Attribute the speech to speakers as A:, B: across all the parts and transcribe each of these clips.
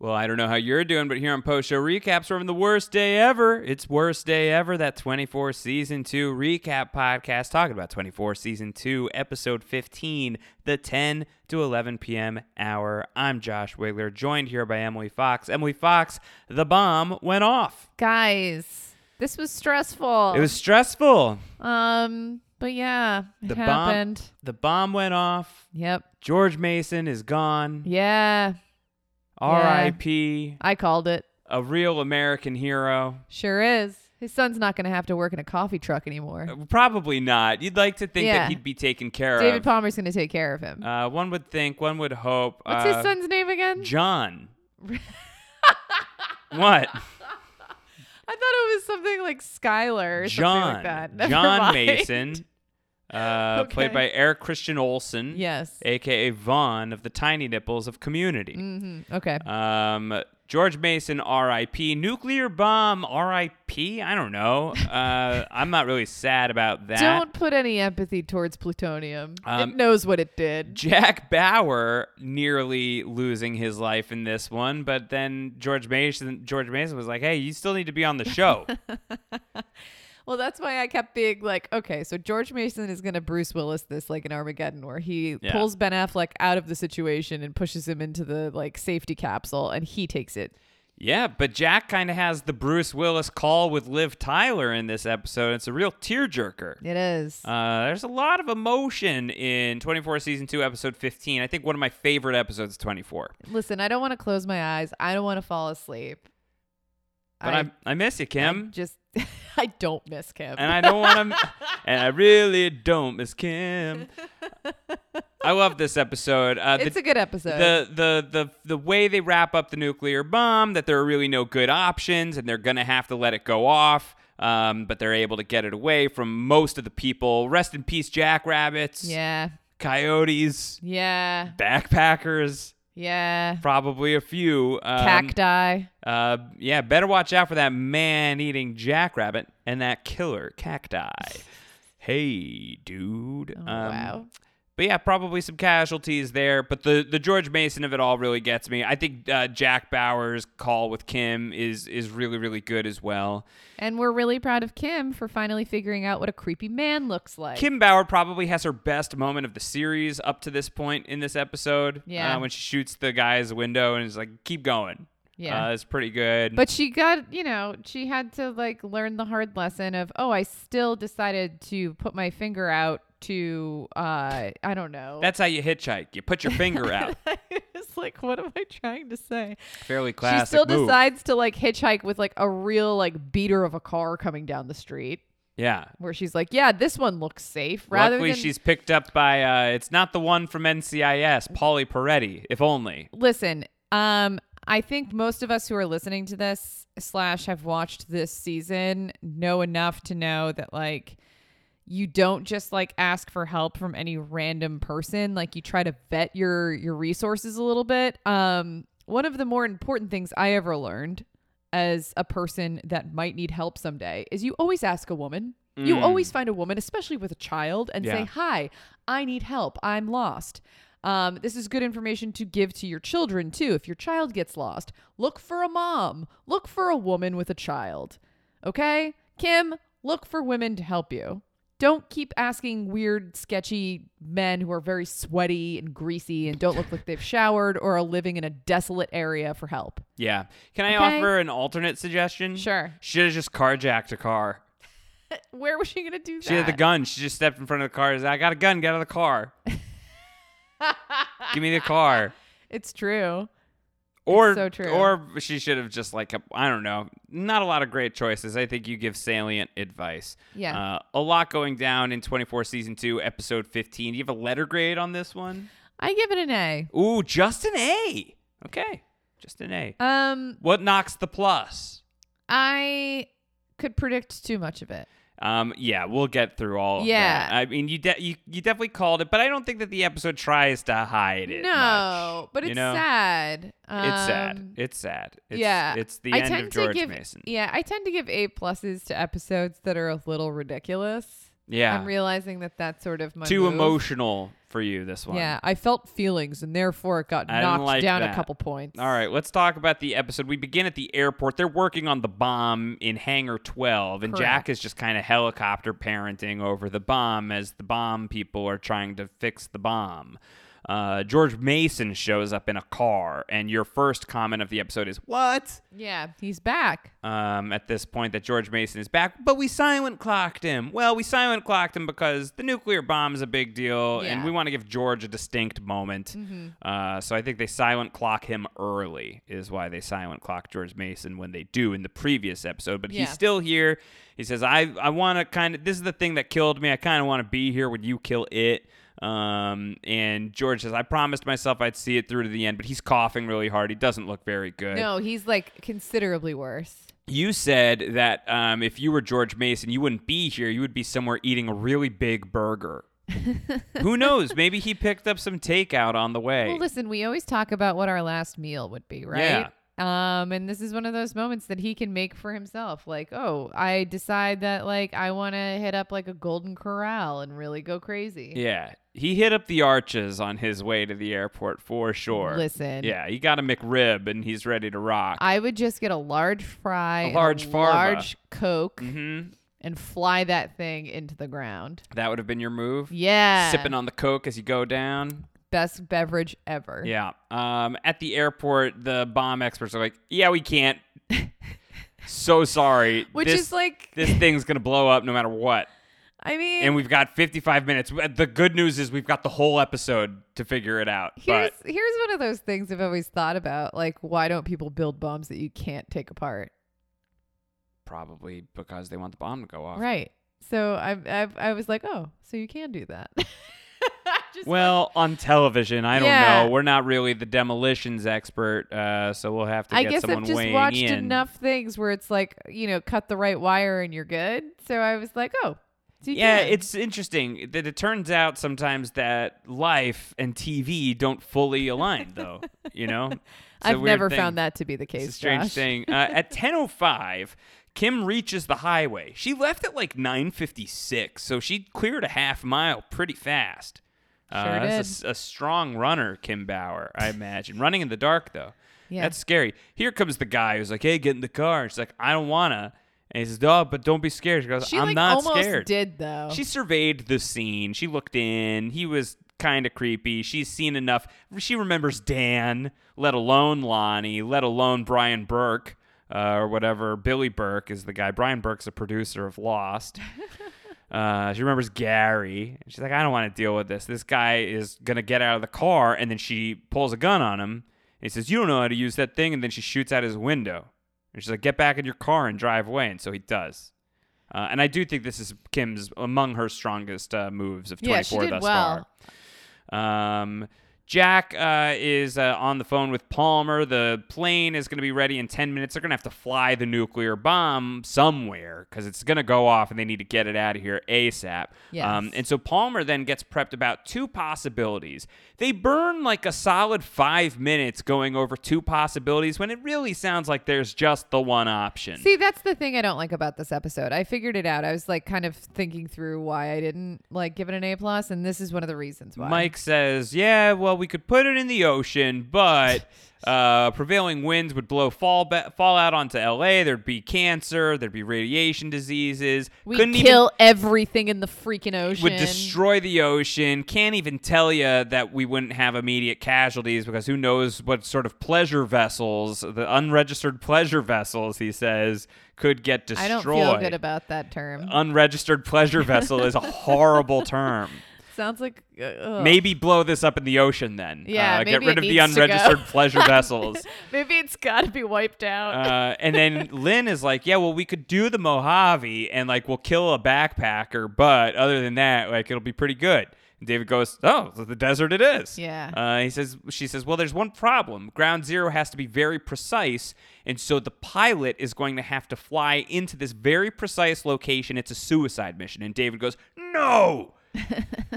A: Well, I don't know how you're doing, but here on Post Show Recaps, we're having the worst day ever. It's worst day ever. That 24 season two recap podcast talking about 24 season two, episode 15, the 10 to 11 p.m. hour. I'm Josh Wiggler, joined here by Emily Fox. Emily Fox, the bomb went off.
B: guys this was stressful
A: It was stressful.
B: um but yeah it
A: The
B: happened
A: bomb. The bomb went off.
B: yep
A: George Mason is gone.
B: yeah
A: R.I.P.
B: i called it
A: A real American hero.
B: sure is his son's not gonna have to work in a coffee truck anymore
A: Uh, Probably not. You'd like to think
B: Yeah.
A: that he'd be taken care of.
B: david palmer's gonna take care of him
A: Uh, one would think, one would hope.
B: what's
A: uh,
B: his son's name again
A: John. what?
B: i thought it was something like skylar or
A: John.
B: something like that Never
A: John
B: mind.
A: Mason, uh,
B: Okay.
A: played by Eric Christian Olsen.
B: Yes.
A: AKA Vaughn of the Tiny Nipples of Community.
B: Mhm. okay
A: Um, George Mason, R.I.P. Nuclear bomb, R.I.P. I don't know. Uh, I'm not really sad about that.
B: don't put any empathy towards plutonium it
A: Um,
B: knows what it did
A: Jack Bauer nearly losing his life in this one, but then George Mason George Mason was like, "Hey, you still need to be on the show."
B: Well, that's why I kept being like, okay, so George Mason is going to Bruce Willis this like in Armageddon, where he
A: Yeah.
B: pulls Ben Affleck out of the situation and pushes him into the like safety capsule, and he takes it.
A: yeah, but Jack kind of has the Bruce Willis call with Liv Tyler in this episode. It's a real tearjerker.
B: It is.
A: Uh, there's a lot of emotion in 24 season 2 episode 15. I think one of my favorite episodes is 24.
B: Listen, I don't want to close my eyes. I don't want to fall asleep.
A: But I I, miss you, Kim.
B: I just I don't miss Kim.
A: and I don't want to, and I really don't miss Kim. I love this episode. Uh,
B: it's a good episode.
A: the the the the way they wrap up the nuclear bomb that there are really no good options and they're gonna have to let it go off um, but they're able to get it away from most of the people rest in peace jackrabbits
B: yeah,
A: coyotes
B: yeah,
A: backpackers
B: yeah.
A: probably a few um,
B: Cacti.
A: uh, yeah better watch out for that man eating jackrabbit and that killer cacti hey dude
B: Oh,
A: Um,
B: wow.
A: but yeah, probably some casualties there. But the, the George Mason of it all really gets me. I think uh, Jack Bauer's call with Kim is is really really good as well.
B: And we're really proud of Kim for finally figuring out what a creepy man looks like.
A: Kim Bauer probably has her best moment of the series up to this point in this episode.
B: Yeah.
A: uh, when she shoots the guy's window and is like, "Keep going."
B: Yeah.
A: uh, is pretty good.
B: But she got, you know, she had to like learn the hard lesson of, oh, I still decided to put my finger out to, uh, I don't know.
A: that's how you hitchhike. You put your finger out.
B: it's like, what am I trying to say?
A: Fairly classic.
B: she still
A: move.
B: decides to like hitchhike with like a real like beater of a car coming down the street,
A: Yeah.
B: where she's like, yeah, this one looks safe. Rather
A: Luckily,
B: than
A: she's picked up by. Uh, it's not the one from NCIS, Polly Peretti. If only.
B: listen um i think most of us who are listening to this slash have watched this season know enough to know that like you don't just like ask for help from any random person like you try to vet your your resources a little bit um one of the more important things i ever learned as a person that might need help someday is you always ask a woman you always find a woman especially with a child and say
A: Yeah.
B: hi i need help i'm lost um, this is good information to give to your children too if your child gets lost look for a mom look for a woman with a child okay kim look for women to help you don't keep asking weird sketchy men who are very sweaty and greasy and don't look like they've showered or are living in a desolate area for help
A: Yeah. Can I
B: Okay.
A: offer an alternate suggestion?
B: Sure.
A: She have just carjacked a car.
B: where was she gonna do that
A: She had the gun. She just stepped in front of the car. and said, I got a gun. Get out of the car. Give me the car.
B: it's true
A: Or
B: so true.
A: or she should have just like kept- I don't know. Not a lot of great choices. I think you give salient advice.
B: Yeah.
A: Uh, a lot going down in 24 season 2 episode 15. Do you have a letter grade on this one?
B: i give it an a
A: Ooh, just an A. Okay. Just an A.
B: um
A: what knocks the plus?
B: i could predict too much of it
A: Um, yeah, we'll get through all. Of
B: Yeah.
A: that. I mean, you, de- you you definitely called it, but I don't think that the episode tries to hide it.
B: no
A: much,
B: but
A: you
B: it's
A: know?
B: sad
A: It's sad.
B: Um,
A: It's sad. It's,
B: yeah,
A: it's the
B: I
A: end
B: tend
A: of
B: to
A: George
B: give-
A: Mason.
B: Yeah, I tend to give A pluses to episodes that are a little ridiculous.
A: Yeah,
B: I'm realizing that that's sort of my
A: too
B: move.
A: emotional for you this one.
B: Yeah, I felt feelings, and therefore it got
A: I didn't
B: knocked
A: like
B: down
A: that.
B: a couple points.
A: All right, let's talk about the episode. We begin at the airport. They're working on the bomb in Hangar 12, and Jack
B: Correct.
A: is just kind of helicopter parenting over the bomb as the bomb people are trying to fix the bomb. Uh, George Mason shows up in a car, and your first comment of the episode is, What?
B: Yeah, he's back.
A: Um, at this point, that George Mason is back, but we silent clocked him. Well, we silent clocked him because the nuclear bomb is a big deal, and
B: Yeah. Mm-hmm.
A: we want to give George a distinct moment. Uh, so I think they silent clock him early, is why they silent clock George Mason when they do in the previous episode. But
B: Yeah.
A: he's still here. He says, I, I want to kind of, this is the thing that killed me. I kind of want to be here when you kill it. Um, and George says, I promised myself I'd see it through to the end, but he's coughing really hard. He doesn't look very good.
B: No, he's like considerably worse.
A: You said that um, if you were George Mason, you wouldn't be here. You would be somewhere eating a really big burger. Who knows? Maybe he picked up some takeout on the way.
B: Well, listen, we always talk about what our last meal would be, right? Um, and this is one of those moments that he can make for himself. Like, oh, I decide that like I want to hit up like a Golden Corral and really go crazy.
A: yeah, he hit up the arches on his way to the airport for sure.
B: Listen.
A: yeah, he got a McRib and he's ready to rock.
B: I would just get a large fry, and
A: large farva.
B: large Coke,
A: Mhm.
B: and fly that thing into the ground.
A: that would have been your move.
B: Yeah,
A: sipping on the coke as you go down.
B: best beverage ever.
A: Yeah. Um, at the airport, the bomb experts are like, "Yeah, we can't." so sorry.
B: Which
A: This-
B: is like-
A: this thing's gonna blow up no matter what.
B: I mean,
A: And we've got 55 minutes. Uh, The good news is we've got the whole episode to figure it out.
B: here's
A: But
B: here's one of those things I've always thought about. Like, why don't people build bombs that you can't take apart?
A: probably because they want the bomb to go off.
B: Right. So I I I was like, oh, so you can do that. I just-
A: Well, on television, I don't
B: Yeah.
A: know. We're not really the demolitions expert, uh, so we'll have to
B: I
A: get
B: guess
A: someone
B: I've just
A: weighing
B: watched
A: in.
B: enough things where it's like, you know, cut the right wire and you're good. So I was like, oh, so you
A: Yeah,
B: can.
A: it's interesting that it turns out sometimes that life and TV don't fully align, though. You know, It's a
B: I've
A: weird
B: never
A: thing.
B: found that to be the case.
A: It's a strange
B: Josh.
A: thing. Uh, at 10:05, Kim reaches the highway. She left at like 9:56, so she cleared a half mile pretty fast. Uh,
B: Sure
A: that's a s- A, strong runner, Kim Bauer, I imagine. Running in the dark though,
B: Yeah.
A: that's scary. Here comes the guy who's like, "Hey, get in the car." And she's like, "I don't wanna." And he says, "Oh, but don't be scared." She goes,
B: She
A: "I'm
B: like
A: not
B: almost
A: scared."
B: did though.
A: She surveyed the scene. She looked in. He was kind of creepy. She's seen enough. She remembers Dan, let alone Lonnie, let alone Brian Burke uh, or whatever. Billy Burke is the guy. Brian Burke's a producer of Lost. Uh, she remembers Gary. She's like, I don't want to deal with this. This guy is going to get out of the car. And then she pulls a gun on him. And he says, You don't know how to use that thing. And then she shoots out his window. And she's like, Get back in your car and drive away. And so he does. Uh, and I do think this is Kim's among her strongest uh, moves of 24
B: Yeah, she did
A: thus
B: well.
A: far. Um, Jack uh, is uh, on the phone with Palmer. The plane is going to be ready in 10 minutes. They're going to have to fly the nuclear bomb somewhere because it's going to go off and they need to get it out of here ASAP.
B: Yes.
A: Um, and so Palmer then gets prepped about two possibilities. They burn like a solid five minutes going over two possibilities when it really sounds like there's just the one option.
B: See, that's the thing I don't like about this episode. I figured it out. I was like kind of thinking through why I didn't like give it an A plus, and this is one of the reasons why.
A: Mike says, "Yeah, well, we could put it in the ocean, but uh, prevailing winds would blow fall ba- fallout onto L.A. There'd be cancer. There'd be radiation diseases.
B: we
A: Couldn't
B: kill everything in the freaking
A: even
B: ocean.
A: would destroy the ocean. Can't even tell you that we wouldn't have immediate casualties because who knows what sort of pleasure vessels, the unregistered pleasure vessels, he says, could get
B: I
A: destroyed.
B: don't feel good about that term.
A: Uh, unregistered pleasure vessel is a horrible term."
B: Sounds like uh, ugh.
A: Maybe blow this up in the ocean then. Uh,
B: Yeah,
A: get
B: maybe
A: rid
B: it
A: of the
B: needs to go.
A: unregistered pleasure vessels.
B: maybe it's got to be wiped out.
A: Uh, and then Lynn is like, yeah, well, we could do the Mojave and like we'll kill a backpacker, but other than that, like it'll be pretty good. And David goes, oh, so the desert it is.
B: Yeah.
A: Uh, he says, she says, well, there's one problem. Ground zero has to be very precise, and so the pilot is going to have to fly into this very precise location. It's a suicide mission. And David goes, no.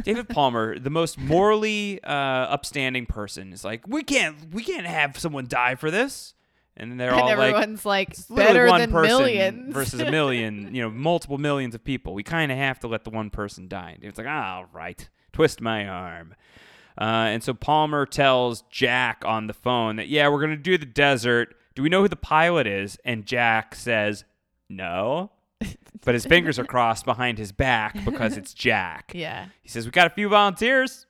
A: David Palmer, the most morally uh, upstanding person, is like, we can't, we can't have someone die for this. And they're all
B: and
A: like,
B: everyone's like,
A: it's literally
B: better
A: one
B: than
A: person
B: millions
A: versus a million, you know, multiple millions of people. We kind of have to let the one person die. And It's like, all right, twist my arm. Uh, and so Palmer tells Jack on the phone that, yeah, we're going to do the desert. Do we know who the pilot is? And Jack says, no. But his fingers are crossed behind his back because it's Jack.
B: yeah.
A: He says, We got a few volunteers.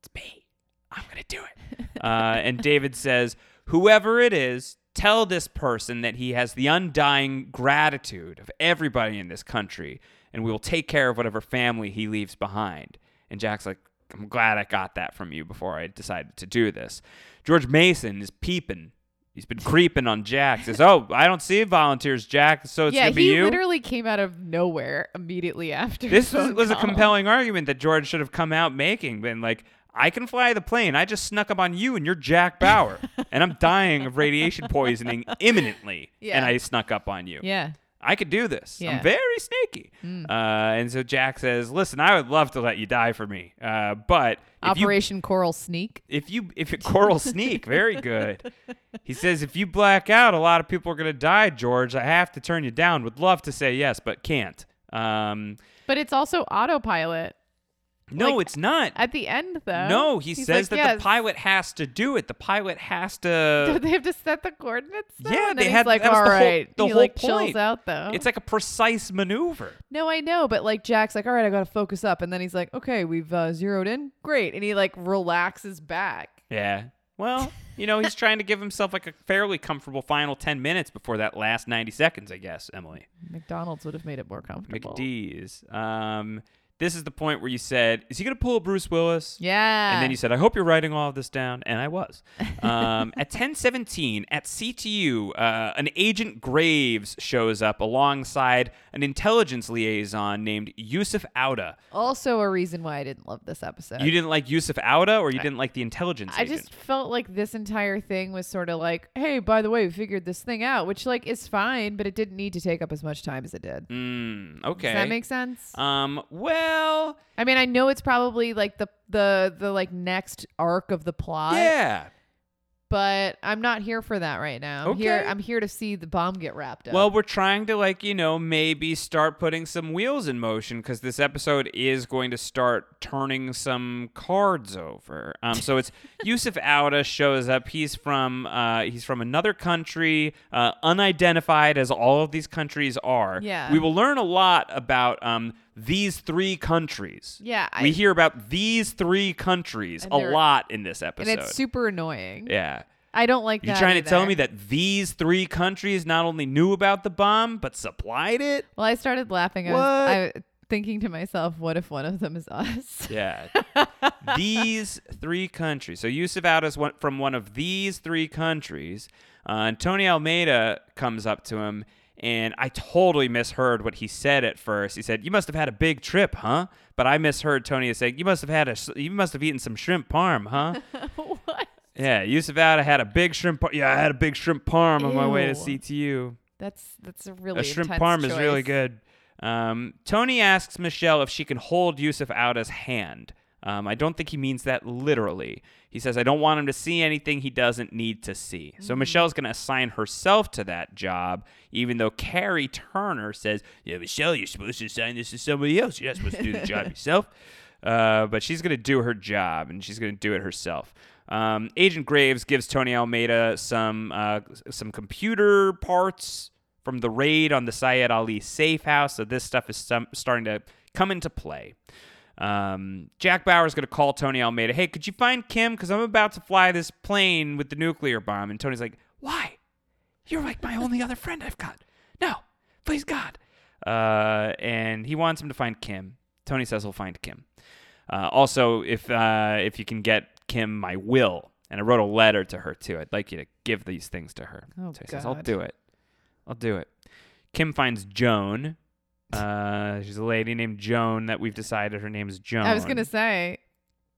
A: It's me. I'm going to do it. uh, and David says, Whoever it is, tell this person that he has the undying gratitude of everybody in this country, and we will take care of whatever family he leaves behind. And Jack's like, I'm glad I got that from you before I decided to do this. George Mason is peeping. He's been creeping on Jack. Says, "Oh, I don't see volunteers, Jack. So it's
B: yeah,
A: gonna be
B: he
A: you."
B: literally came out of nowhere immediately after.
A: this
B: the
A: was, was a
B: call.
A: compelling argument that George should have come out making. Been like, I can fly the plane. I just snuck up on you, and you're Jack Bauer, and I'm dying of radiation poisoning imminently, and
B: Yeah.
A: I snuck up on you.
B: Yeah.
A: I could do this.
B: Yeah. Mm.
A: I'm very snaky. Uh, and so Jack says, "Listen, I would love to let you die for me, uh, but if you
B: Operation Coral Sneak.
A: if you if it coral sneak very good he says if you black out a lot of people are going to die george i have to turn you down would love to say yes but can't um
B: But it's also autopilot.
A: no
B: Like,
A: it's not
B: At the end, though.
A: no he
B: he's
A: says
B: like,
A: that the
B: "Yes."
A: pilot has to do it the pilot has
B: Don't
A: to
B: they have to set the coordinates? Though?
A: yeah
B: and
A: they
B: then
A: had
B: he's like,
A: that was
B: all
A: the whole,
B: right.
A: the
B: he
A: whole
B: like
A: point
B: chills out though.
A: it's like a precise maneuver
B: no, I know, but like Jack's like, all right, I gotta focus up, and then he's like, okay, we've uh, zeroed in, great, and he like relaxes back.
A: Yeah. Well, you know, he's trying to give himself like a fairly comfortable final 10 minutes before that last 90 seconds, I guess, Emily.
B: McDonald's would have made it more comfortable.
A: McDee's. Um, this is the point where you said, Is he going to pull a Bruce Willis?
B: Yeah.
A: And then you said, "I hope you're writing all of this down," and I was. Um, at 10:17 at CTU, uh, an agent Graves shows up alongside an intelligence liaison named Yusuf Auda.
B: also a reason why I didn't love this episode.
A: You didn't like Yusuf Auda, or you didn't like the intelligence.
B: I
A: agent?
B: just felt like this entire thing was sort of like, hey, by the way, we figured this thing out, which like is fine, but it didn't need to take up as much time as it did.
A: Mm, okay.
B: Does that make sense?
A: Um. Well.
B: I mean, I know it's probably like the the the like next arc of the plot,
A: yeah.
B: but I'm not here for that right now. I'm here
A: Okay.
B: I'm here to see the bomb get wrapped up.
A: Well, we're trying to like you know maybe start putting some wheels in motion because this episode is going to start turning some cards over. Um, so it's Yusuf Auda shows up. He's from uh, he's from another country, uh, unidentified as all of these countries are.
B: Yeah.
A: we will learn a lot about um, these three countries.
B: Yeah, I-
A: we hear about these three countries
B: And
A: a
B: they're-
A: lot in this episode.
B: and it's super annoying.
A: yeah.
B: I don't like
A: You're
B: that.
A: trying to tell
B: either.
A: me that these three countries not only knew about the bomb but supplied it?
B: Well, I started laughing. I was, I was thinking to myself, what if one of them is us?
A: Yeah. these three countries. So Yusuf Out is one, from one of these three countries. Uh, and Tony Almeida comes up to him, and I totally misheard what he said at first. He said, "You must have had a big trip, huh?" But I misheard Tony as saying, "You must have had a, s- you must have eaten some shrimp parm, huh?"
B: what?
A: yeah, Yusuf Out had a big shrimp. Par- yeah, I had a big shrimp parm on my way to
B: Ew.
A: CTU.
B: That's that's a really
A: a shrimp
B: intense
A: parm is
B: choice.
A: really good. Um, Tony asks Michelle if she can hold Yusuf out as hand. Um, I don't think he means that literally. He says, I don't want him to see anything he doesn't need to see.
B: Mm-hmm.
A: So Michelle's going to assign herself to that job, even though Carrie Turner says, Yeah, Michelle, you're supposed to assign this to somebody else. You're not supposed to do the job yourself. Uh, but she's going to do her job and she's going to do it herself. Um, Agent Graves gives Tony Almeida some uh, some computer parts from the raid on the Syed Ali safe house. So this stuff is some, starting to come into play. Um, Jack Bauer is going to call Tony Almeida. Hey, could you find Kim? Because I'm about to fly this plane with the nuclear bomb. And Tony's like, Why? You're like my only other friend I've got. No, please God. Uh, and he wants him to find Kim. Tony says he'll find Kim. Uh, also, if uh, if you can get Kim my will, and I wrote a letter to her too. I'd like you to give these things to her.
B: Oh,
A: so he says, I'll
B: God.
A: do it. I'll do it. Kim finds Joan. Uh, she's a lady named Joan that we've decided her name is Joan.
B: I was gonna say,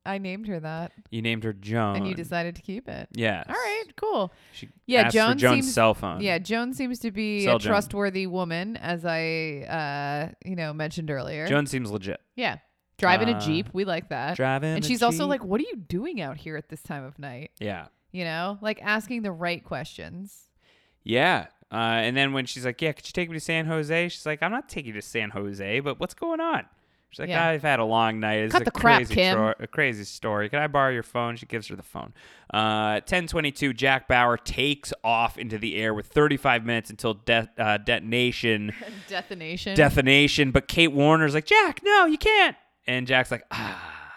B: I named her that,
A: you named her Joan.
B: and you decided to keep it.
A: Yes.
B: All right, cool.
A: She
B: Yeah,
A: asks
B: Joan
A: for Joan's
B: seems-
A: cell phone.
B: Yeah, Joan seems to be
A: Sell
B: a
A: Joan.
B: trustworthy woman, as I, uh, you know, mentioned earlier.
A: Joan seems legit.
B: yeah, driving
A: Uh,
B: a jeep, we like that.
A: driving
B: and
A: a
B: she's also
A: Jeep.
B: like, "What are you doing out here at this time of night?"
A: Yeah.
B: You know, like asking the right questions.
A: Yeah. Uh, and then when she's like, "Yeah, could you take me to San Jose?" She's like, "I'm not taking you to San Jose, but what's going on?" She's like,
B: Yeah.
A: "I've had a long night. It's
B: Cut
A: a
B: the crap,
A: crazy
B: Kim.
A: tro- a crazy story. Can I borrow your phone?" She gives her the phone. Uh, 10:22, Jack Bauer takes off into the air with 35 minutes until de- uh, detonation.
B: Detonation.
A: detonation, but Kate Warner's like, "Jack, no, you can't." And Jack's like, "Ah,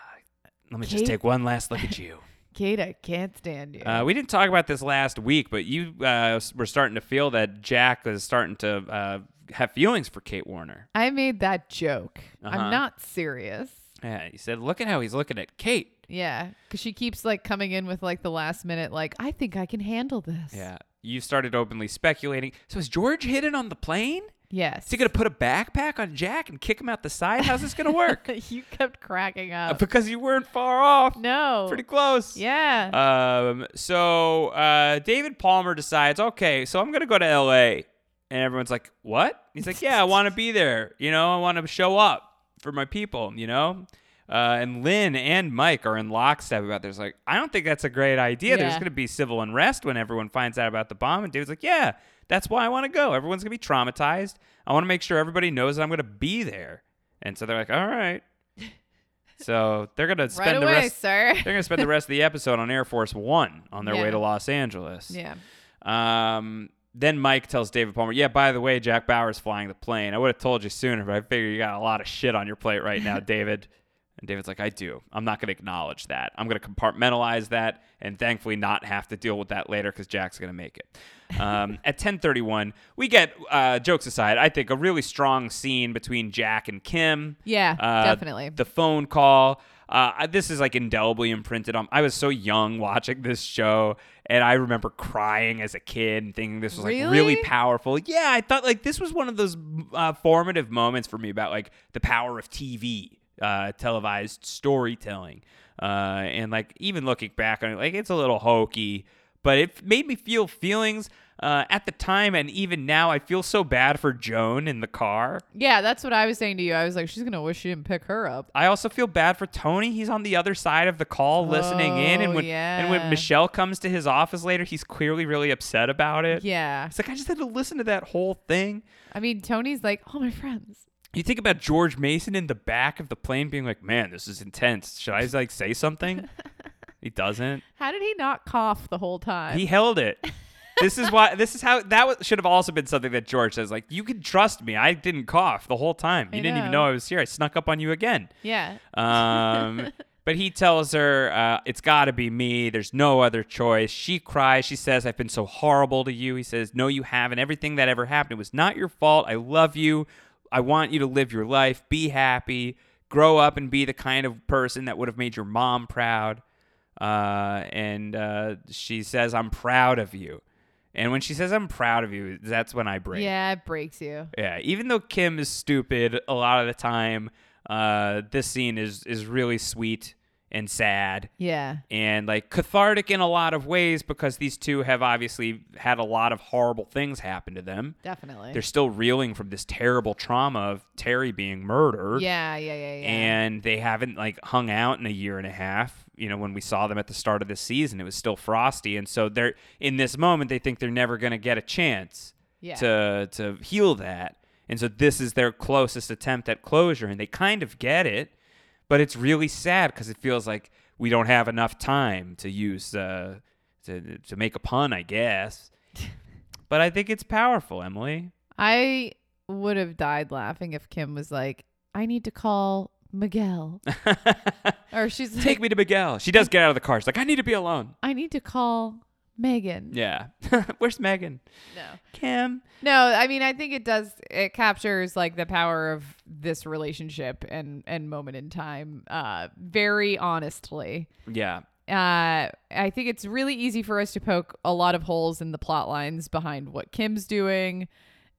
A: let me just
B: Kate-
A: take one last look at you."
B: Kate, I can't stand you.
A: Uh, we didn't talk about this last week, but you uh, s- were starting to feel that Jack was starting to uh, have feelings for Kate Warner.
B: I made that joke.
A: Uh-huh.
B: I'm not serious.
A: Yeah, you said, "Look at how he's looking at Kate."
B: Yeah, because she keeps like coming in with like the last minute, like I think I can handle this.
A: Yeah, you started openly speculating. So is George hidden on the plane?
B: Yes.
A: Is he gonna put a backpack on Jack and kick him out the side? How's this gonna work? Uh,
B: you kept cracking up.
A: because you weren't far off.
B: no.
A: pretty close.
B: Yeah.
A: Um, so uh, David Palmer decides, okay, so I'm gonna go to L.A. And everyone's like, what? He's like, yeah, I want to be there. You know, I want to show up for my people. You know. Uh, and Lynn and Mike are in lockstep about this. Like, I don't think that's a great idea. There's
B: Yeah.
A: going to be civil unrest when everyone finds out about the bomb. And David's like, yeah, that's why I want to go. Everyone's going to be traumatized. I want to make sure everybody knows that I'm going to be there. And so they're like, all right. So they're going to
B: right
A: spend
B: away,
A: the rest.
B: sir.
A: They're gonna spend the rest of the episode on Air Force One on their way
B: Yeah.
A: to Los Angeles.
B: yeah.
A: Um. Then Mike tells David Palmer, "Yeah, by the way, Jack Bauer's flying the plane. I would have told you sooner, but I figure you got a lot of shit on your plate right now, David." And David's like, "I do. I'm not gonna acknowledge that. I'm gonna compartmentalize that, and thankfully not have to deal with that later because Jack's gonna make it." Um, at 10:31, we get uh, jokes aside. I think a really strong scene between Jack and Kim.
B: Yeah,
A: Uh,
B: definitely.
A: The phone call. Uh, I- this is like indelibly imprinted on. I was so young watching this show, and I remember crying as a kid and thinking this was like really,
B: Really?
A: powerful. Yeah, I thought like this was one of those uh, formative moments for me about like the power of TV, uh, televised storytelling, uh, and like even looking back on it, like it's a little hokey, but it made me feel feelings. Uh, at the time and even now, I feel so bad for Joan in the car.
B: Yeah, that's what I was saying to you. I was like, she's gonna wish she didn't pick her up.
A: I also feel bad for Tony. He's on the other side of the call listening in and
B: Oh,
A: when and when
B: yeah.
A: Michelle comes to his office later, he's clearly really upset about it.
B: Yeah.
A: It's like I just had to listen to that whole thing.
B: I mean, Tony's like, oh my friends.
A: You think about George Mason in the back of the plane being like, "Man, this is intense. Should I like say something?" he doesn't.
B: How did he not cough the whole time?
A: He held it. this is why. This is how that was, should have also been something that George says. Like, you can trust me. I didn't cough the whole time. You
B: I
A: didn't even
B: know.
A: know I was here. I snuck up on you again.
B: yeah.
A: Um, but he tells her, uh, it's got to be me. There's no other choice. She cries. She says, I've been so horrible to you. He says, No, you haven't. Everything that ever happened was not your fault. I love you. I want you to live your life, be happy, grow up, and be the kind of person that would have made your mom proud. Uh, and uh, she says, I'm proud of you. And when she says, I'm proud of you, that's when I break.
B: Yeah, it breaks you.
A: Yeah, even though Kim is stupid a lot of the time, uh, this scene is is really sweet and sad
B: Yeah.
A: and like cathartic in a lot of ways because these two have obviously had a lot of horrible things happen to them.
B: Definitely.
A: They're still reeling from this terrible trauma of Terry being murdered.
B: yeah, yeah, yeah, yeah.
A: And they haven't like hung out in a year and a half. You know, when we saw them at the start of the season, it was still frosty, and so they're in this moment they think they're never going to get a chance
B: Yeah.
A: to to heal that, and so this is their closest attempt at closure, and they kind of get it, but it's really sad because it feels like we don't have enough time to use uh, to to make a pun, I guess. but I think it's powerful, Emily.
B: I would have died laughing if Kim was like, I need to call Miguel. or she's like,
A: Take me to Miguel. She does get out of the car. She's like, I need to be alone.
B: I need to call Megan.
A: Yeah. Where's Megan?
B: No.
A: Kim.
B: No, I mean I think it does it captures like the power of this relationship and and moment in time uh very honestly.
A: Yeah.
B: uh, I think it's really easy for us to poke a lot of holes in the plot lines behind what Kim's doing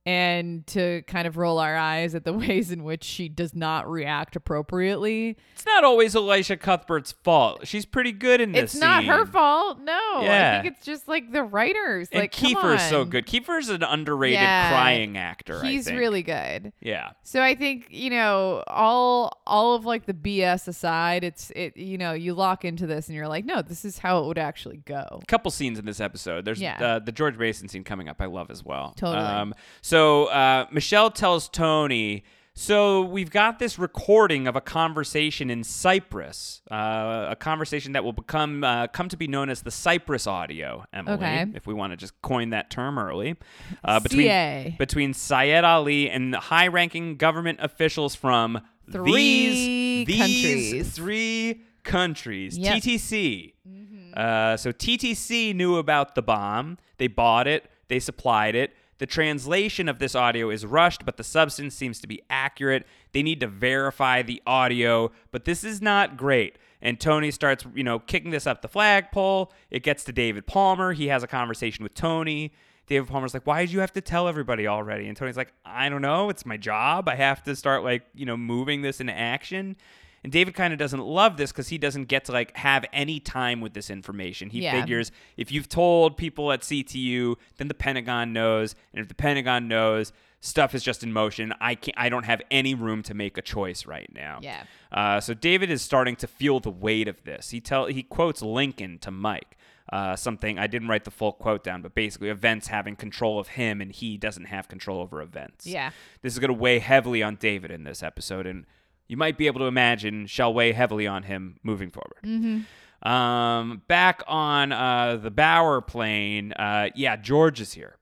B: and to kind of roll our eyes at the ways in which she does not react appropriately.
A: It's not always Elisha Cuthbert's fault. She's pretty good in this.
B: it's not her
A: scene.
B: fault. No.
A: Yeah.
B: I think it's just like the writers.
A: And
B: like come
A: Kiefer's so
B: on.
A: good. Kiefer's an underrated
B: Yeah.
A: crying actor. I
B: He's
A: think.
B: really good.
A: Yeah.
B: So I think, you know, all all of like the BS aside, it's it you know, you lock into this and you're like, no, this is how it would actually go.
A: couple scenes in this episode. There's
B: Yeah.
A: uh, the George Mason scene coming up. I love as well. Um,
B: Totally.
A: so uh, Michelle tells Tony. So we've got this recording of a conversation in Cyprus, uh, a conversation that will become uh, come to be known as the Cyprus audio, Emily,
B: Okay.
A: if we want to just coin that term early, uh, between
B: CA.
A: between Syed Ali and high-ranking government officials from
B: Three
A: these these
B: countries.
A: three countries.
B: Yep. Mm-hmm.
A: TTC. Uh, so TTC knew about the bomb. They bought it. They supplied it. The translation of this audio is rushed, but the substance seems to be accurate. They need to verify the audio, but this is not great. And Tony starts, you know, kicking this up the flagpole. It gets to David Palmer. He has a conversation with Tony. David Palmer's like, why did you have to tell everybody already? And Tony's like, I don't know. It's my job. I have to start, like, you know, moving this into action. And David kind of doesn't love this because he doesn't get to, like, have any time with this information. He
B: Yeah.
A: figures if you've told people at CTU, then the Pentagon knows. And if the Pentagon knows, stuff is just in motion. I can't, I don't have any room to make a choice right now.
B: Yeah.
A: Uh, so David is starting to feel the weight of this. He tell he quotes Lincoln to Mike. Uh, something I didn't write the full quote down, but basically events having control of him and he doesn't have control over events.
B: Yeah.
A: This is going to weigh heavily on David in this episode, and you might be able to imagine shall weigh heavily on him moving forward. Um, back on uh, the Bauer plane, uh, yeah, George is here.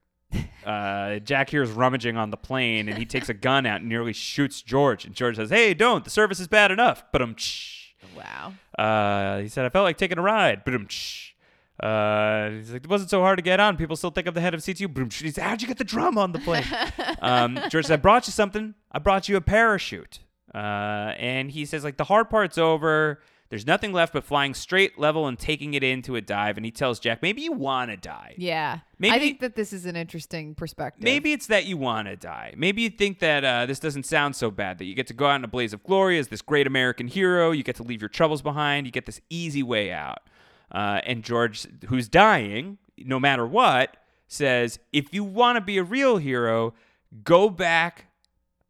A: Uh, Jack here is rummaging on the plane, and he takes a gun out and nearly shoots George. And George says, "Hey, don't! The service is bad enough." But um,
B: Wow.
A: uh, he said, "I felt like taking a ride." But um, uh, he's like, "It wasn't so hard to get on. People still think I'm the head of CTU." Boom. He said, "How'd you get the drum on the plane?" um, George said, "I brought you something. I brought you a parachute." Uh, and he says, "Like the hard part's over." There's nothing left but flying straight level and taking it into a dive. And he tells Jack, maybe you want to die.
B: Yeah.
A: Maybe-
B: I think that this is an interesting perspective.
A: Maybe it's that you want to die. Maybe you think that uh, this doesn't sound so bad, that you get to go out in a blaze of glory as this great American hero. You get to leave your troubles behind. You get this easy way out. Uh, and George, who's dying, no matter what, says if you want to be a real hero, go back,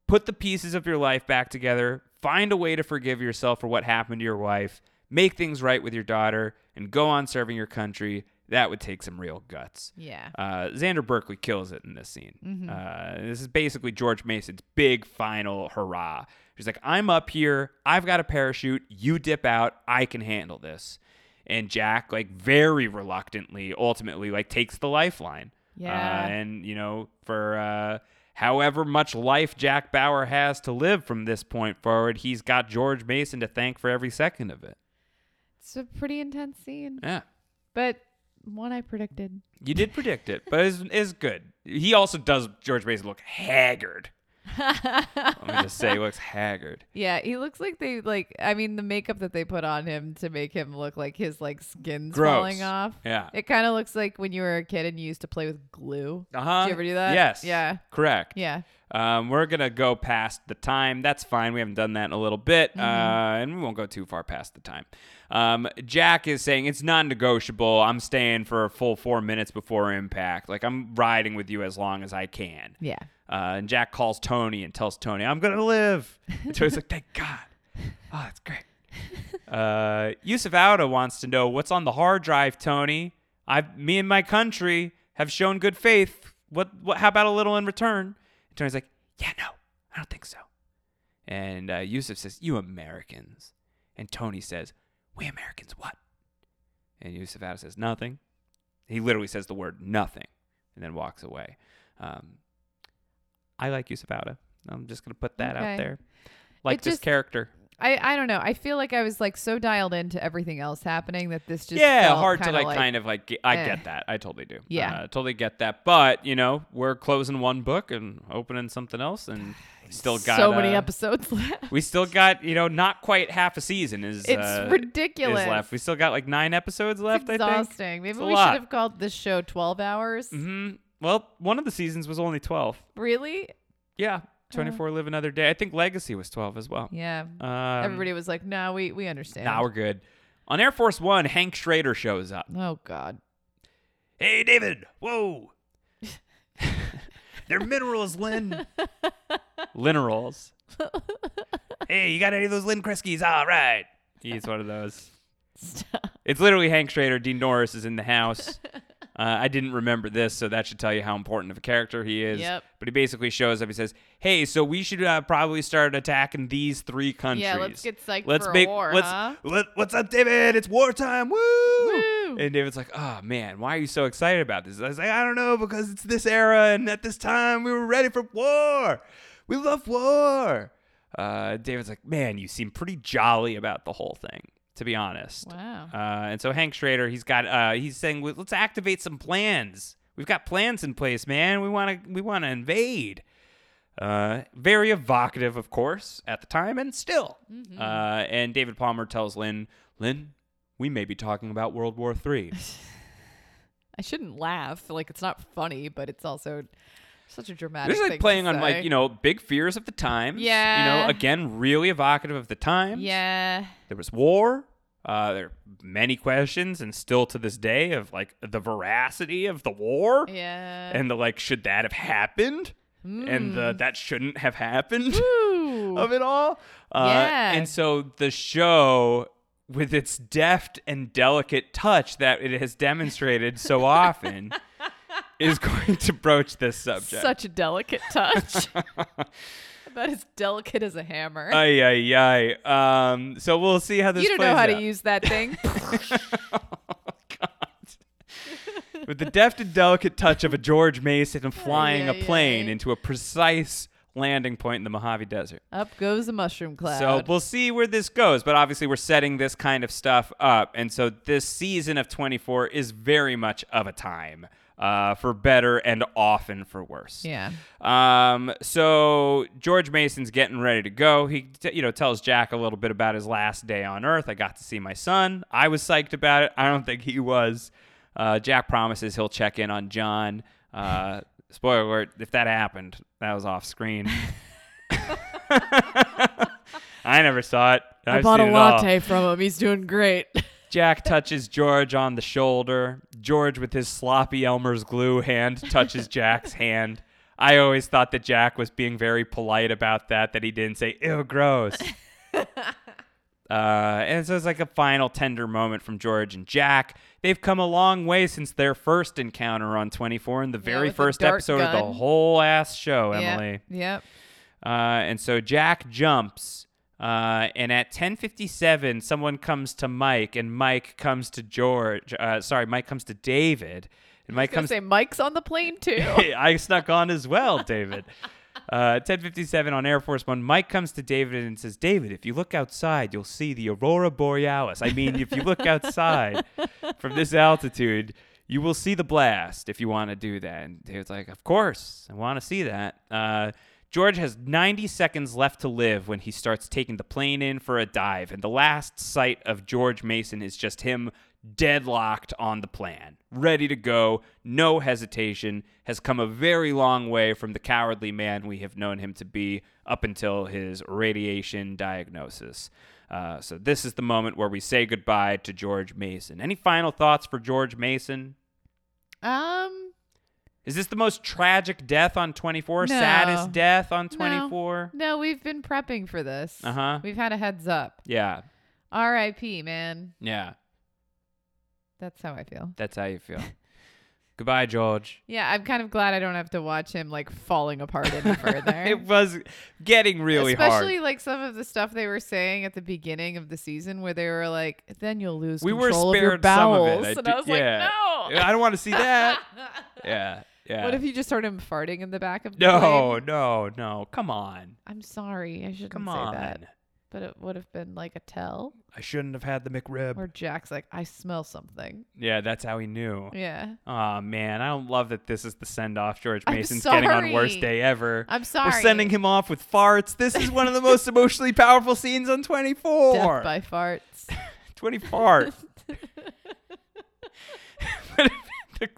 A: put the pieces of your life back together, find a way to forgive yourself for what happened to your wife, make things right with your daughter, and go on serving your country. That would take some real guts.
B: Yeah.
A: Uh, Xander Berkeley kills it in this scene. Uh, this is basically George Mason's big final hurrah. He's like, I'm up here. I've got a parachute. You dip out. I can handle this. And Jack, like, very reluctantly, ultimately, like, takes the lifeline.
B: Yeah.
A: Uh, and, you know, for uh, however much life Jack Bauer has to live from this point forward, he's got George Mason to thank for every second of it.
B: It's a pretty intense scene,
A: Yeah.
B: but one I predicted.
A: You did predict it, but it's, it's good. He also does George Mason look haggard. Let me just say, he looks haggard.
B: Yeah, he looks like they like. I mean, the makeup that they put on him to make him look like his like skin's
A: Gross.
B: falling off.
A: Yeah.
B: it kind of looks like when you were a kid and you used to play with glue.
A: Uh huh.
B: Did you ever do that?
A: Yes.
B: Yeah.
A: Correct.
B: Yeah.
A: Um, we're gonna go past the time. That's fine. We haven't done that in a little bit, uh, and we won't go too far past the time. Um, Jack is saying it's non-negotiable. I'm staying for a full four minutes before impact. Like I'm riding with you as long as I can.
B: Yeah.
A: Uh, and Jack calls Tony and tells Tony, "I'm gonna live." And Tony's like, "Thank God." Oh, that's great. Uh, Yusuf Auda wants to know what's on the hard drive, Tony. I, me and my country have shown good faith. What, what? How about a little in return? And Tony's like, yeah, no, I don't think so. And uh, Yusuf says, you Americans. And Tony says, we Americans what? And Yusuf Auda says, nothing. He literally says the word nothing, and then walks away. Um, I like Yusuf Auda. I'm just gonna put that
B: Okay.
A: out there. Like
B: It
A: this
B: just-
A: character.
B: I I don't know. I feel like I was like so dialed into everything else happening that this just
A: yeah,
B: felt
A: hard to
B: kinda
A: like, kind of like. Get, I
B: eh.
A: get that. I totally do.
B: Yeah.
A: uh, totally get that. But you know, we're closing one book and opening something else, and still got
B: so many
A: uh,
B: episodes left.
A: We still got you know not quite half a season is
B: It's
A: uh,
B: ridiculous.
A: is left. We still got like nine episodes left.
B: It's
A: I think
B: exhausting. Maybe
A: It's a
B: we
A: lot.
B: should have called this show 12 hours.
A: Mhm. Well, one of the seasons was only twelve.
B: Really?
A: Yeah, twenty four. live another day. I think Legacy was twelve as well.
B: Oh. Yeah.
A: Um,
B: Everybody was like, "No, we we understand."
A: Now we're good. On Air Force One, Hank Schrader shows up.
B: oh god.
A: Hey, David. Whoa. They're minerals, Lynn. Linerals. hey, you got any of those Lynn Kriskies? All right. He's one of those. It's literally Hank Schrader. Dean Norris is in the house. Uh, I didn't remember this, so that should tell you how important of a character he is.
B: Yep.
A: But he basically shows up. He says, "Hey, so we should uh, probably start attacking these three countries.
B: let's get psyched
A: Let's
B: for a
A: make,
B: war,
A: Let's,
B: huh?
A: let, what's up, David? It's wartime. Woo!
B: Woo!
A: And David's like, oh man, why are you so excited about this? I was like, I don't know, because it's this era, and at this time we were ready for war. We love war. Uh, David's like, man, you seem pretty jolly about the whole thing, to be honest.
B: Wow.
A: Uh, and so Hank Schrader, he's got, uh, he's saying, "Well, let's activate some plans. We've got plans in place, man. We want to, we want to invade. Uh, very evocative, of course, at the time and still.
B: Mm-hmm.
A: Uh, and David Palmer tells Lynn, Lynn, we may be talking about World War Three.
B: I shouldn't laugh. Like it's not funny, but it's also such a dramatic.
A: This is like
B: thing
A: playing
B: to
A: on like
B: say.
A: you know big fears of the times. You
B: Yeah.
A: know, again, really evocative of the times.
B: Yeah.
A: There was war. Uh, there are many questions, and still to this day, of like the veracity of the war.
B: Yeah.
A: and the like should that have happened and the that shouldn't have happened
B: Hmm. Ooh.
A: of it all uh,
B: Yeah.
A: and so the show with its deft and delicate touch that it has demonstrated so often is going to broach this subject
B: Such a delicate touch. About as delicate as a hammer.
A: Ay, ay, ay. Um, so we'll see how Uh, this
B: you don't know
A: plays
B: how
A: out.
B: to use that thing.
A: with the deft and delicate touch of a George Mason and flying
B: yeah,
A: a plane
B: yeah.
A: into a precise landing point in the Mojave Desert.
B: Up goes a mushroom cloud.
A: So we'll see where this goes, but obviously we're setting this kind of stuff up, and so this season of 24 is very much of a time, uh, for better and often for worse.
B: yeah.
A: Um. So George Mason's getting ready to go. He, t- you know, tells Jack a little bit about his last day on Earth. I got to see my son. I was psyched about it. I don't think he was. Uh, Jack promises he'll check in on John. Uh, spoiler alert: if that happened, that was off screen. I never saw it. I've seen it all.
B: from him. He's doing great.
A: Jack touches George on the shoulder. George, with his sloppy Elmer's glue hand, touches Jack's hand. I always thought that Jack was being very polite about that, that he didn't say, ew, gross. uh, and so it's like a final tender moment from George and Jack. They've come a long way since their first encounter on 24 in the very
B: with the
A: first
B: dart
A: episode of the
B: gun.
A: whole ass show, Emily.
B: Yep.
A: Uh, and so Jack jumps, uh, and at 10:57, someone comes to Mike, and Mike comes to George. Uh, sorry, Mike comes to David, It might
B: Gonna
A: come
B: say Mike's on the plane too.
A: I snuck on as well, David. Uh, 1057 on Air Force One. Mike comes to David and says, David, if you look outside, you'll see the aurora borealis. I mean, if you look outside from this altitude, you will see the blast if you want to do that. And David's like, Of course, I want to see that. Uh, George has 90 seconds left to live when he starts taking the plane in for a dive. And the last sight of George Mason is just him deadlocked on the plan, ready to go, no hesitation, has come a very long way from the cowardly man we have known him to be up until his radiation diagnosis. Uh, so, this is the moment where we say goodbye to George Mason. Any final thoughts for George Mason?
B: Um,
A: Is this the most tragic death on 24?
B: No.
A: Saddest death on
B: no.
A: 24?
B: No, we've been prepping for this.
A: Uh-huh.
B: We've had a heads up.
A: Yeah.
B: R.I.P. Man,
A: Yeah.
B: that's how I feel.
A: That's how you feel. goodbye, George.
B: Yeah, I'm kind of glad I don't have to watch him like falling apart any further.
A: It was getting really hard.
B: Especially like some of the stuff they were saying at the beginning of the season, where they were like, "Then you'll lose
A: we were
B: control
A: spared
B: of your bowels,"
A: some of it.
B: and
A: do-
B: I was
A: yeah.
B: like, "No."
A: Yeah, I don't want to see that. yeah, yeah.
B: What if you just heard him farting in the back of the
A: no,
B: plane?
A: no, no. Come on,
B: I'm sorry, I shouldn't
A: come
B: say
A: on.
B: that, but it would have been like a tell.
A: I shouldn't have had the McRib.
B: Where Jack's like, "I smell something."
A: yeah, that's how he knew.
B: Yeah,
A: Oh man, I don't love that this is the send off. George
B: I'm
A: Mason's getting on worst
B: sorry.
A: day ever.
B: I'm
A: We're
B: sorry.
A: sending him off with farts. This is one of the most emotionally powerful scenes on 24.
B: death by farts.
A: 24. the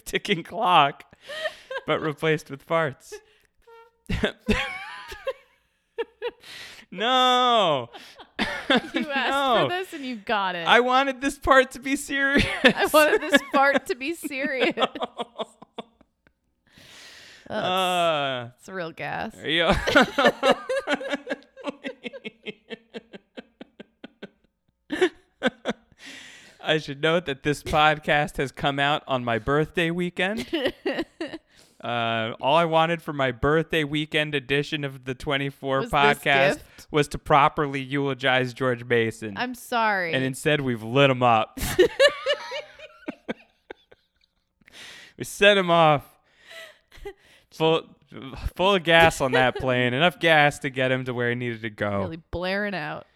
A: ticking clock, but replaced with farts. no.
B: You asked
A: No.
B: for this and you got it.
A: I wanted this part to be serious.
B: I wanted this fart to be serious. Oh,
A: Uh,
B: it's real gas.
A: are you- I should note that this podcast has come out on my birthday weekend. Uh, all I wanted for my birthday weekend edition of the 24
B: Was this
A: podcast
B: gift?
A: was to properly eulogize George Mason.
B: I'm sorry.
A: and instead, we've lit him up. we sent him off full, full of gas on that plane, enough gas to get him to where he needed to go.
B: really blaring out.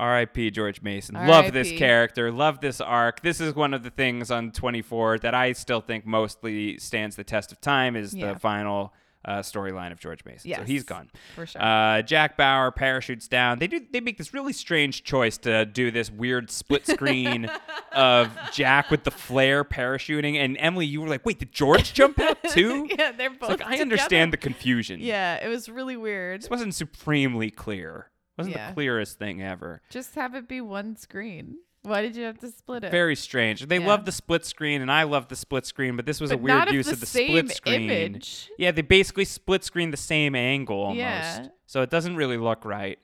A: R.I.P. George Mason. Love this
B: R.I.P..
A: character. Love this arc. This is one of the things on 24 that I still think mostly stands the test of time is
B: Yeah.
A: the final uh, storyline of George Mason. So
B: Yes,
A: he's gone.
B: for sure.
A: Uh, Jack Bauer parachutes down. They do. They make this really strange choice to do this weird split screen of Jack with the flare parachuting, and Emily, you were like, "Wait, did George jump out too?"
B: Yeah, they're
A: It's
B: both.
A: like I understand the confusion.
B: Yeah, it was really weird.
A: this wasn't supremely clear. Wasn't
B: Yeah.
A: the clearest thing ever.
B: Just have it be one screen. Why did you have to split it?
A: Very strange. They
B: Yeah.
A: love the split screen, and I love the split screen, but this was a
B: But
A: weird
B: not of
A: use
B: the
A: of the
B: same
A: split screen.
B: image.
A: Yeah, they basically split screen the same angle almost.
B: Yeah.
A: So it doesn't really look right.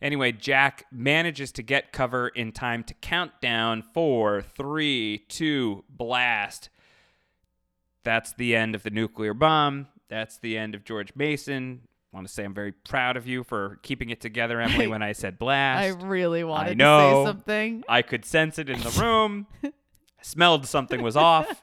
A: Anyway, Jack manages to get cover in time to count down four, three, two, blast. That's the end of the nuclear bomb. That's the end of George Mason. want to say I'm very proud of you for keeping it together, Emily, when I said blast.
B: I really wanted
A: know.
B: to say something.
A: I could sense it in the room. Smelled something was off.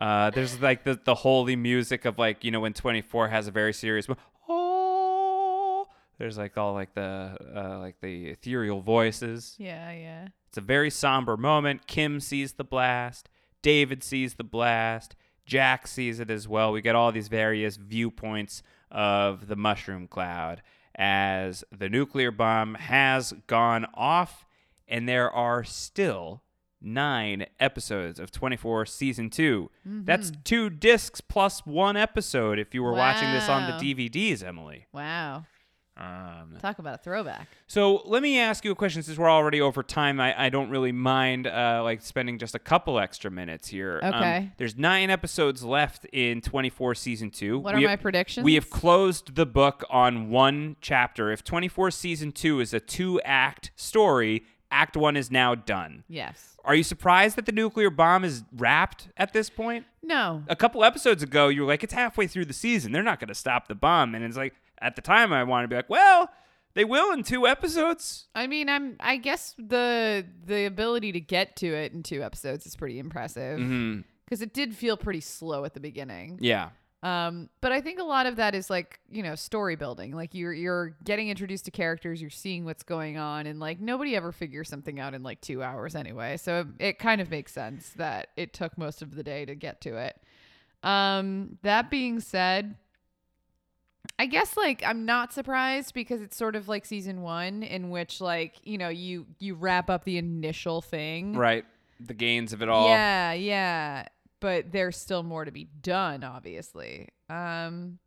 A: Uh, there's like the, the holy music of like you know when 24 has a very serious mo- oh. There's like all like the uh, like the ethereal voices.
B: Yeah, yeah.
A: It's a very somber moment. Kim sees the blast. David sees the blast. Jack sees it as well. We get all these various viewpoints of the mushroom cloud as the nuclear bomb has gone off, and there are still nine episodes of 24 season 2 That's two discs plus one episode if you were watching this on
B: Wow.
A: the DVDs, Emily.
B: Wow.
A: Um,
B: Talk about a throwback.
A: so let me ask you a question since we're already over time. I, I don't really mind uh, like spending just a couple extra minutes here. Um,
B: Okay.
A: there's nine episodes left in 24 season two.
B: What are my predictions?
A: We have closed the book on one chapter. If 24 season two is a two act story, act one is now done.
B: Yes.
A: Are you surprised that the nuclear bomb is wrapped at this point?
B: No.
A: a couple episodes ago, you were like, it's halfway through the season. They're not going to stop the bomb. And it's like, at the time, I wanted to be like, well, they will in two episodes.
B: I mean, I'm. I
A: Mm-hmm.
B: guess the the ability to get to it in two episodes is pretty impressive. because it did feel pretty slow at the beginning.
A: Hmm, Yeah.
B: Um, but I think a lot of that is like you know story building. Like you're you're getting introduced to characters, you're seeing what's going on, and like nobody ever figures something out in like two hours anyway. So it, it kind of makes sense that it took most of the day to get to it. Um, that being said, I guess like I'm not surprised because it's sort of like season one in which like you know you you wrap up the initial thing,
A: Right. The gains of it all.
B: Mm-hmm. yeah, yeah. But there's still more to be done, obviously. Um,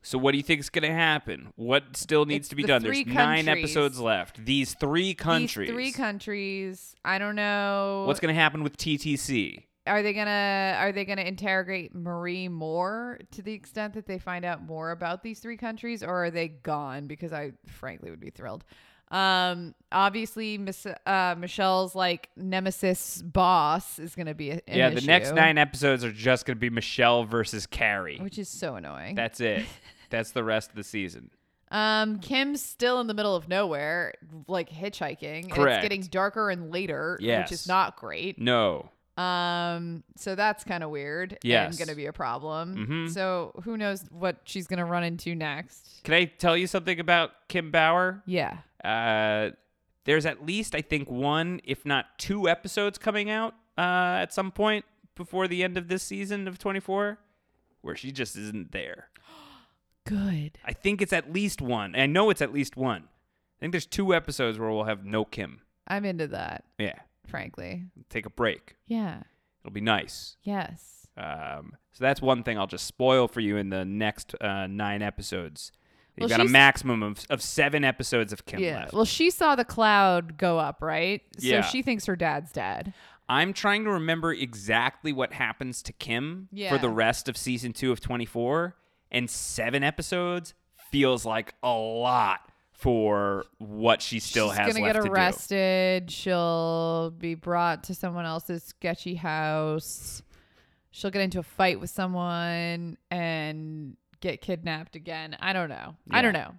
A: So what do you think is going to happen? What still needs
B: It's
A: to be
B: the
A: done?
B: three
A: There's nine
B: countries.
A: episodes left. These three countries.
B: These three countries. I don't know.
A: What's going to happen with TTC?
B: are they gonna are they gonna interrogate Marie more to the extent that they find out more about these three countries, or are they gone? Because I frankly would be thrilled. Um, obviously, Miss, uh, Michelle's like nemesis boss is gonna be a, an
A: yeah, the next
B: issue,
A: nine episodes are just going to be Michelle versus Carrie.
B: which is so annoying.
A: That's it. That's the rest of the season.
B: Um, Kim's still in the middle of nowhere, like hitchhiking.
A: Correct.
B: It's getting darker and later, which
A: Yes.
B: is not great.
A: No.
B: Um, so that's kind of weird.
A: Yes.
B: and going to be a problem.
A: Mhm.
B: So who knows what she's going to run into next?
A: Can I tell you something about Kim Bauer?
B: Yeah.
A: Uh, there's at least I think one, if not two episodes coming out uh, at some point before the end of this season of 24 where she just isn't there.
B: Good.
A: I think it's at least one. I know it's at least one. I think there's two episodes where we'll have no Kim.
B: I'm into that,
A: Yeah.
B: frankly.
A: Take a break.
B: Yeah.
A: It'll be nice.
B: Yes.
A: Um, so that's one thing I'll just spoil for you in the next uh, nine episodes. You've
B: Well,
A: got a
B: she's-
A: maximum of, of seven episodes of Kim
B: yeah.
A: left.
B: Well, she saw the cloud go up, right?
A: Yeah.
B: So she thinks her dad's dead.
A: I'm trying to remember exactly what happens to Kim
B: Yeah.
A: for the rest of season two of 24, and seven episodes feels like a lot for what she still
B: She's
A: has
B: gonna
A: left
B: get
A: to do.
B: arrested. She'll be brought to someone else's sketchy house. She'll get into a fight with someone and get kidnapped again. I don't know. I don't know.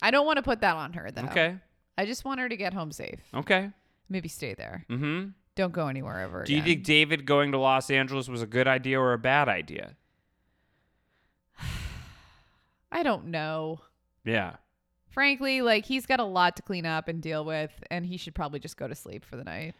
B: I don't want to put that on her though.
A: Okay.
B: I just want her to get home safe.
A: Okay.
B: Maybe stay there.
A: Mm-hmm.
B: Don't go anywhere ever.
A: Do you
B: again.
A: think David going to Los Angeles was a good idea or a bad idea?
B: I don't know.
A: Yeah.
B: Frankly, like he's got a lot to clean up and deal with, and he should probably just go to sleep for the night.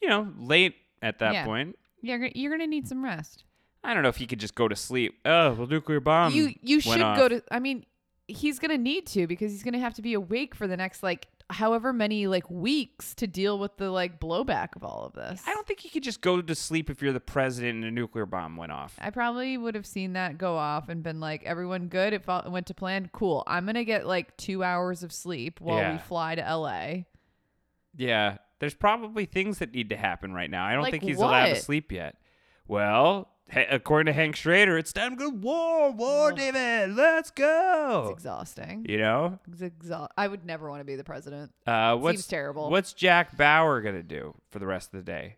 A: You know, late at that
B: Yeah.
A: point.
B: Yeah, you're gonna- you're gonna need some rest.
A: I don't know if he could just go to sleep. Oh, the nuclear bomb.
B: you you
A: went
B: should
A: off.
B: go to i mean he's gonna need to because he's gonna have to be awake for the next like however many like weeks to deal with the like blowback of all of this
A: I don't think you could just go to sleep if you're the president and a nuclear bomb went off.
B: i probably would have seen that go off and been like everyone good it fo- went to plan cool i'm gonna get like two hours of sleep while
A: Yeah.
B: we fly to la
A: Yeah, there's probably things that need to happen right now. I don't
B: Like
A: think he's allowed to
B: what?
A: sleep yet. Well, ha- according to Hank Schrader, it's time to go to war, war, David. Let's
B: it's
A: go.
B: exhausting
A: You know,
B: it's exha- i would never want to be the president
A: uh, what's
B: terrible.
A: What's Jack Bauer gonna do for the rest of the day?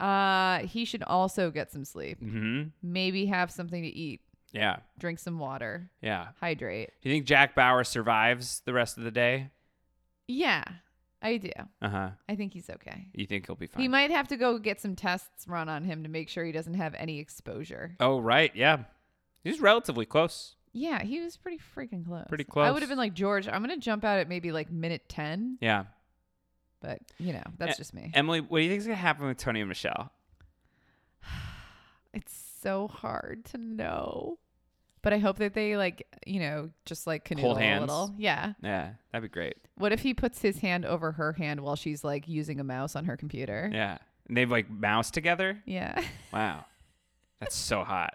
B: uh he should also get some sleep
A: Hmm.
B: maybe have something to eat
A: Yeah.
B: drink some water
A: Yeah.
B: hydrate
A: Do you think Jack Bauer survives the rest of the day?
B: yeah i do
A: Uh huh.
B: i think he's okay
A: You think he'll be fine?
B: He might have to go get some tests run on him to make sure he doesn't have any exposure.
A: Oh right. Yeah. He's relatively close.
B: Yeah, he was pretty freaking close.
A: Pretty
B: I
A: close.
B: would have been like, George, I'm going to jump out at maybe like minute 10,
A: Yeah.
B: but you know, that's
A: E-
B: just me.
A: Emily, what do you think is gonna happen with Tony and Michelle?
B: it's so hard to know. But I hope that they like, you know, just like canoodle
A: Hold hands?
B: a little. Yeah.
A: Yeah, that'd be great.
B: What if he puts his hand over her hand while she's like using a mouse on her computer?
A: Yeah. And they've like moused together.
B: Yeah.
A: Wow. That's so hot.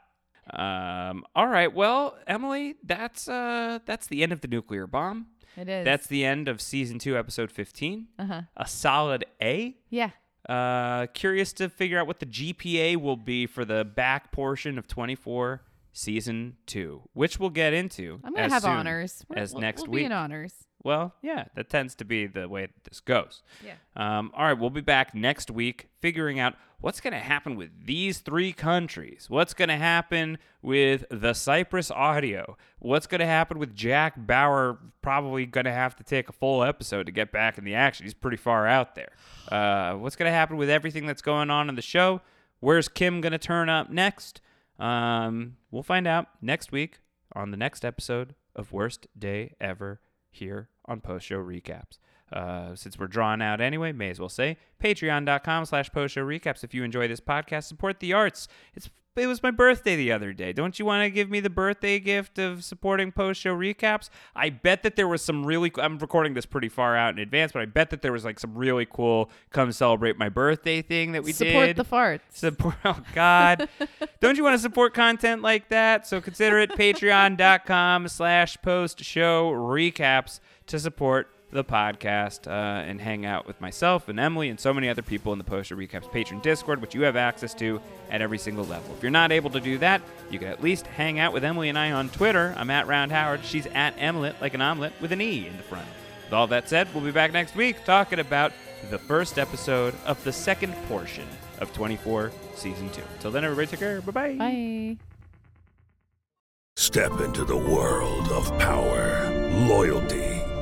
A: Um, all right. Well, Emily, that's uh that's the end of the nuclear bomb.
B: it is.
A: That's the end of season two, episode fifteen.
B: Uh-huh.
A: A solid A.
B: Yeah.
A: Uh curious to figure out what the GPA will be for the back portion of twenty four season two, which we'll get into.
B: I'm going
A: as
B: to have
A: soon
B: honors. We're-
A: as
B: we'll-
A: next
B: we'll
A: week.
B: Be in honors.
A: Well, yeah, that tends to be the way that this goes.
B: Yeah.
A: Um, all right, we'll be back next week figuring out what's going to happen with these three countries. What's going to happen with the Cyprus audio? What's going to happen with Jack Bauer? Probably going to have to take a full episode to get back in the action. He's pretty far out there. Uh, what's going to happen with everything that's going on in the show? Where's Kim going to turn up next? Um, we'll find out next week on the next episode of Worst Day Ever here on Post Show Recaps. Uh, since we're drawing out anyway, may as well say patreon.com slash post show recaps. If you enjoy this podcast, support the arts. It's it was my birthday the other day. Don't you want to give me the birthday gift of supporting post show recaps? I bet that there was some really. I'm recording this pretty far out in advance, but I bet that there was like some really cool come celebrate my birthday thing that we
B: Support
A: did.
B: the farts.
A: Support. Oh God! Don't you want to support content like that? So consider it Patreon.com/slash Post Show Recaps to support the podcast uh, and hang out with myself and Emily and so many other people in the Post Show Recaps Patron Discord, which you have access to at every single level. If you're not able to do that, you can at least hang out with Emily and I on Twitter. I'm at Round Howard. She's at Emlet, like an omelet with an e in the front. With all that said, we'll be back next week talking about the first episode of the second portion of 24 season 2. Till then, everybody take care. Bye-bye.
B: Bye.
C: Step into the world of power, loyalty,